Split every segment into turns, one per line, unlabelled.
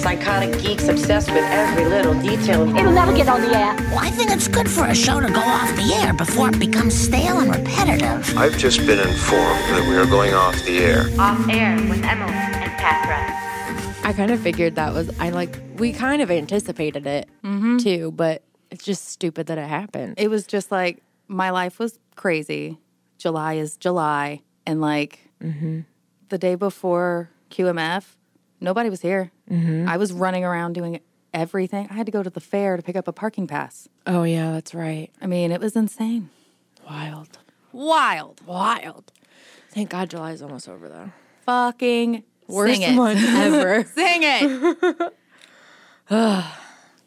psychotic geeks obsessed with every little detail.
It'll never get on the air.
Well, I think it's good for a show to go off the air before it becomes stale and repetitive.
I've just been informed that we are going off the air.
Off air with Emily and Pat
I kind of figured that was I like we kind of anticipated it too, but it's just stupid that it happened.
it was just like my life was crazy. July is July. And like
Mm-hmm.
the day before QMF, nobody was here.
Mm-hmm.
I was running around doing everything. I had to go to the fair to pick up a parking pass.
oh yeah, that's right.
I mean, it was insane.
Wild,
Wild.
wild. Thank God July's almost over though.
Fucking
Worst
sing it.
month ever.
Sing it.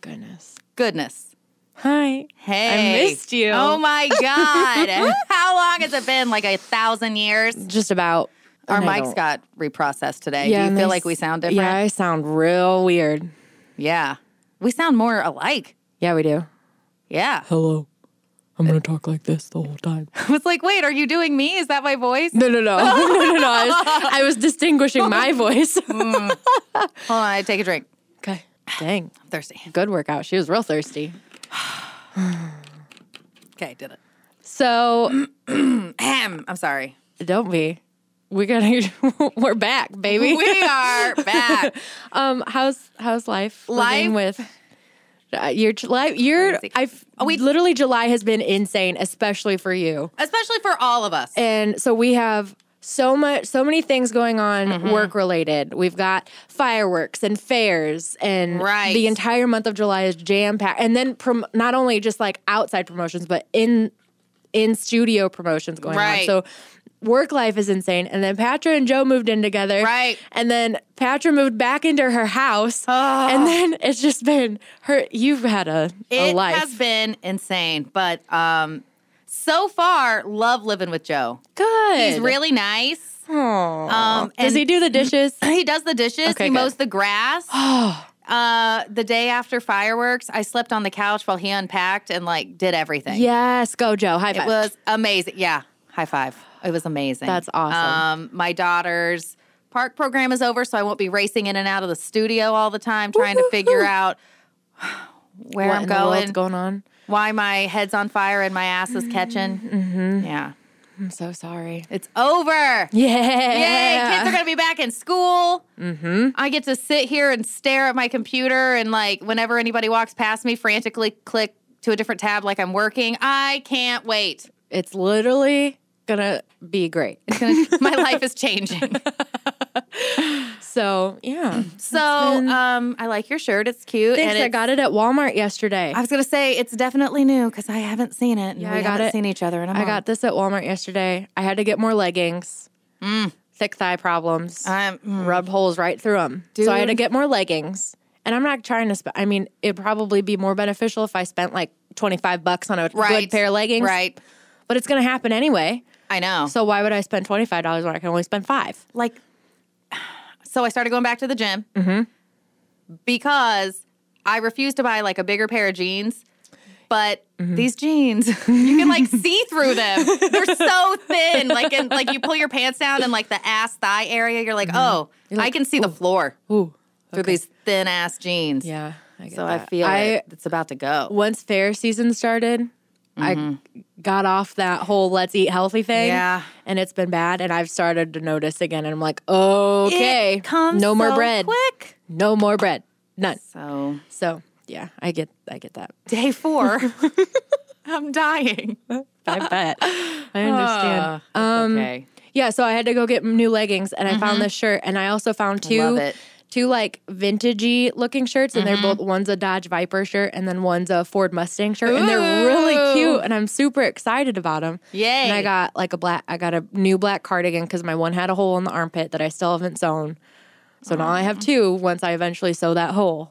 Goodness.
Goodness.
Hi.
Hey.
I missed you.
Oh my God. How long has it been? Like a thousand years?
Just about.
Our
and I
mics
don't-
got reprocessed today. Do
and
you feel
they
like we
s-
sound different?
Yeah, I sound real weird.
Yeah. We sound more alike.
Yeah, we do. Uh,
Yeah.
Hello. I'm gonna talk like this the whole time.
I was like, wait, are you doing me? Is that my voice?
No, no, no, no, no, no. I was, I was distinguishing my voice.
Hold on, I take a drink.
okay. Dang.
I'm thirsty.
Good workout. She was real thirsty.
Okay, did it.
So
Ahem. I'm sorry.
don't be. We gotta. We're back, baby.
We are back.
um, how's how's life? living
Life?
with uh, your July. Your
Crazy.
I. Oh, we literally July has been insane, especially for you.
Especially for all of us.
and so we have so much so many things going on
Mm-hmm.
work related we've got fireworks and fairs and
Right.
the entire month of july is jam packed and then prom- not only just like outside promotions but in in studio promotions going
Right.
on so work life is insane and then patra and joe moved in together
Right.
and then patra moved back into her house
Ah.
and then it's just been her you've had a, a
it
life
has been insane. But um so far, love living with Joe.
good
He's really nice. Um,
does
and-
he do the dishes
He does the dishes.
Okay,
he
good.
mows the grass. uh, the day after fireworks, I slept on the couch while he unpacked and like did everything.
yes go joe high five
it was amazing. Yeah, high five. It was amazing.
That's awesome.
Um, my daughter's park program is over, so I won't be racing in and out of the studio all the time trying to figure out where
what
I'm
in the world's
going,
going on.
why my head's on fire and my ass is catching. Yeah,
I'm so sorry.
it's over.
Mm-hmm. Yeah.
Yay, kids are gonna be back in school. Mm-hmm. I get to sit here and stare at my computer and like whenever anybody walks past me, frantically click to a different tab like I'm working. I can't wait.
It's literally gonna be great.
It's gonna, my life is changing.
So yeah.
So um, I like your shirt. It's cute.
Thanks.
and
I
it's-
got it at Walmart yesterday.
I was gonna say it's definitely new because I haven't seen it. and
Yeah,
we
I got
haven't
it.
Seen each other. And I'm
I got this at Walmart yesterday. I had to get more leggings. Mm. Thick thigh problems.
I'm
Rubbed holes right through them. So I had to get more leggings. And I'm not trying to. Sp- I mean, it'd probably be more beneficial if I spent like 25 bucks on a
right.
good pair of leggings.
Right.
But it's gonna happen anyway.
I know.
So why would I spend 25 dollars when I can only spend five?
like so i started going back to the gym
Mm-hmm.
because i refused to buy like a bigger pair of jeans but
Mm-hmm.
these jeans you can like see through them they're so thin like and like you pull your pants down and like the ass thigh area you're like oh i can see the floor
Mm-hmm. Ooh.
through these thin ass jeans
Yeah. I get
so i
that.
feel
I,
it. it's about to go
once fair season started, I got off that whole let's eat healthy thing.
Mm-hmm. Yeah.
And it's been bad. And I've started to notice again. And I'm like, okay,
it comes
no more
so
bread.
quick
No more bread. None.
so
So yeah, I get I get that.
day four i'm dying
I bet. I understand.
um okay
yeah, so I had to go get new leggings and I found this shirt and I also found two
Mm-hmm. Love it. Mm-hmm.
two like vintagey looking shirts and they're both one's a Dodge Viper shirt and then one's a Ford Mustang shirt and they're really cute and I'm super excited about them.
Yay.
And I got like a black I got a new black cardigan cuz my one had a hole in the armpit that I still haven't sewn. So now I have two once I eventually sew that hole.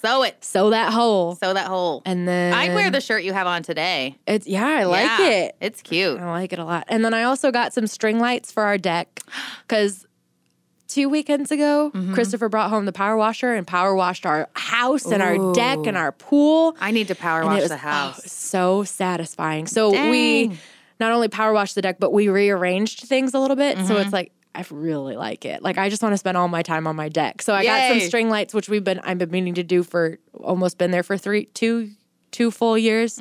sew it
Sew that hole.
sew that hole
and then
I'd wear the shirt you have on today.
It's yeah, I like
Yeah,
it. Oh.
It's cute.
I like it a lot. And then I also got some string lights for our deck because two weekends ago,
Mm-hmm.
Christopher brought home the power washer and power washed our house and our deck and our pool.
I need to power
And it
wash
was,
the
oh,
house.
so
Mm-hmm.
satisfying. So we not only power washed the deck, but we rearranged things a little bit. So it's like I really like it. Like I just want to spend all my time on my deck. So I got some
Yay.
string lights, which we've been I've been meaning to do for almost been there for three two two full years.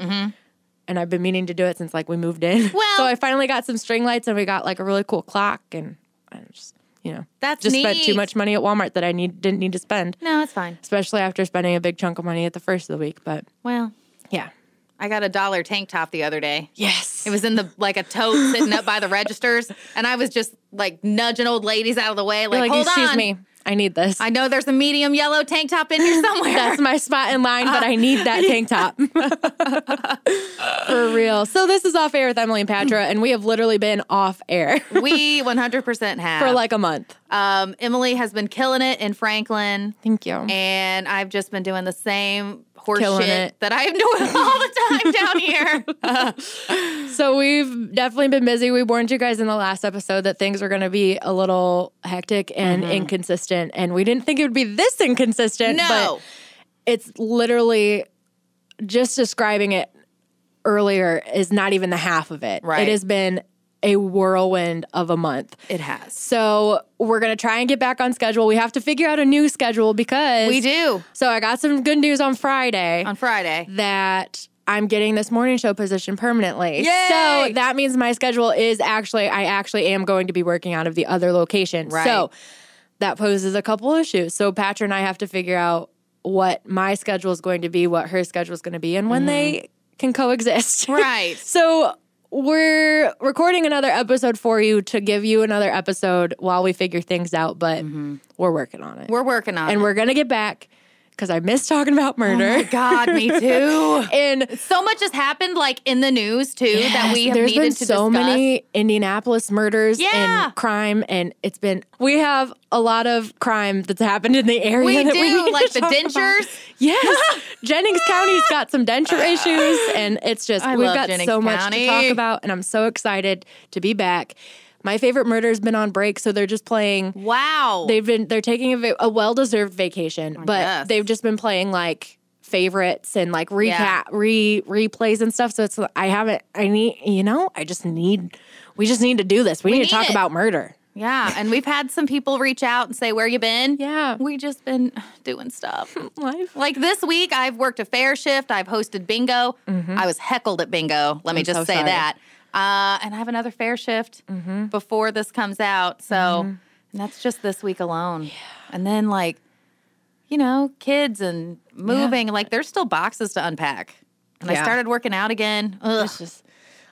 And I've been meaning to do it since like we moved in.
Mm-hmm. Well-
so I finally got some string lights and we got like a really cool clock and I just you know
That's
just spent too
neat.
much money at Walmart that I need didn't need to spend.
No, it's fine.
Especially after spending a big chunk of money at the first of the week. But
Well,
yeah.
I got a dollar tank top the other day.
Yes.
It was in the like a tote sitting up by the registers, and I was just like nudging old ladies out of the way, like,
like,
hold
excuse
on.
me. I need this.
I know there's a medium yellow tank top in here somewhere.
That's my spot in line, but I need that tank top. For real. So this is off air with Emily and Patra, and we have literally been off air
we 100% have.
for like a month.
um, Emily has been killing it in Franklin,
Thank you.
and I've just been doing the same horse
Killing
shit
it.
that I'm doing all the time down here.
So we've definitely been busy. We warned you guys in the last episode that things were going to be a little hectic and
Mm-hmm.
inconsistent, and we didn't think it would be this inconsistent.
no,
but it's literally just describing it earlier is not even the half of it.
Right.
It has been a whirlwind of a month.
it has.
So we're gonna try and get back on schedule. We have to figure out a new schedule because
We do
So I got some good news on Friday
on Friday.
that I'm getting this morning show position permanently.
Yay!
So that means my schedule is actually I actually am going to be working out of the other location.
Right.
So that poses a couple issues. So Patra and I have to figure out what my schedule is going to be, what her schedule is going to be, and when they can coexist.
Mm-hmm. Right.
So we're recording another episode for you to give you another episode while we figure things out, but we're working on it.
Mm-hmm. We're working on
and
it.
we're gonna get back because I miss talking about murder.
Oh God, me too.
and
So much has happened, like in the news too, that we have
there's
needed
been
to
so
discuss.
many Indianapolis murders
Yeah.
and crime, and it's been we have a lot of crime that's happened in the area.
We
that
do,
we need to
like the
talk about.
dentures.
Yes, Jennings County's got some denture issues, and it's just
I
we've
love
got
Jennings
so much
County.
to talk about, and I'm so excited to be back. My favorite murder's been on break, so they're just playing.
Wow.
They've been they're taking a, va- a well deserved
Oh,
vacation, but
guess.
they've just been playing like favorites and like recap
Yeah.
re replays and stuff. So it's I haven't I need you know I just need we just need to do this. We, need,
need
to talk
it.
about murder.
yeah, and we've had some people reach out and say, "Where you been?"
Yeah.
we just been doing stuff.
Life.
Like this week, I've worked a fair shift. I've hosted bingo. I was heckled at bingo. Let me just
Mm-hmm. so
say
sorry. Mm-hmm.
that. Uh, and I have another fair shift before this comes out. So, and that's just this week alone. And then, like, you know, kids and moving. Like, there's still boxes to unpack. And I
Yeah.
started working out again. Ugh,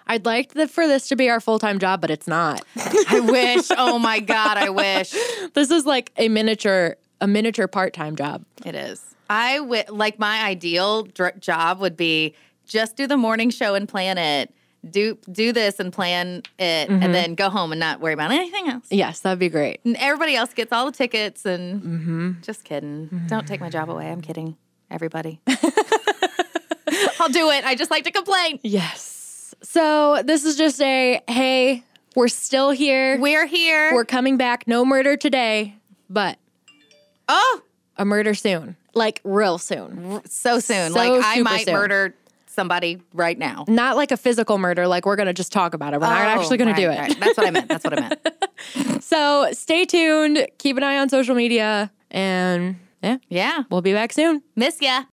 I'd like the, for this to be our full time job, but it's not.
I wish. Oh my God, I wish.
this is like a miniature a miniature part time job.
It is. I would like my ideal dr- job would be just do the morning show and plan it. Do do this and plan it,
Mm-hmm.
and then go home and not worry about anything else.
Yes, that'd be great.
And everybody else gets all the tickets, and
Mm-hmm.
just kidding. Don't take my job away. I'm kidding. Everybody, I'll do it. I just like to complain.
Yes. So this is just a hey, we're still here.
We're here.
We're coming back. No murder today, but
oh,
a murder soon. Like real soon.
so soon.
So
like I
super
might
soon.
murder somebody right now.
Not like a physical murder, like we're gonna just talk about it. We're not actually gonna
Oh,
do it.
right, right. That's what I meant. That's what I meant.
So stay tuned, keep an eye on social media, and yeah,
Yeah.
we'll be back soon.
Miss ya.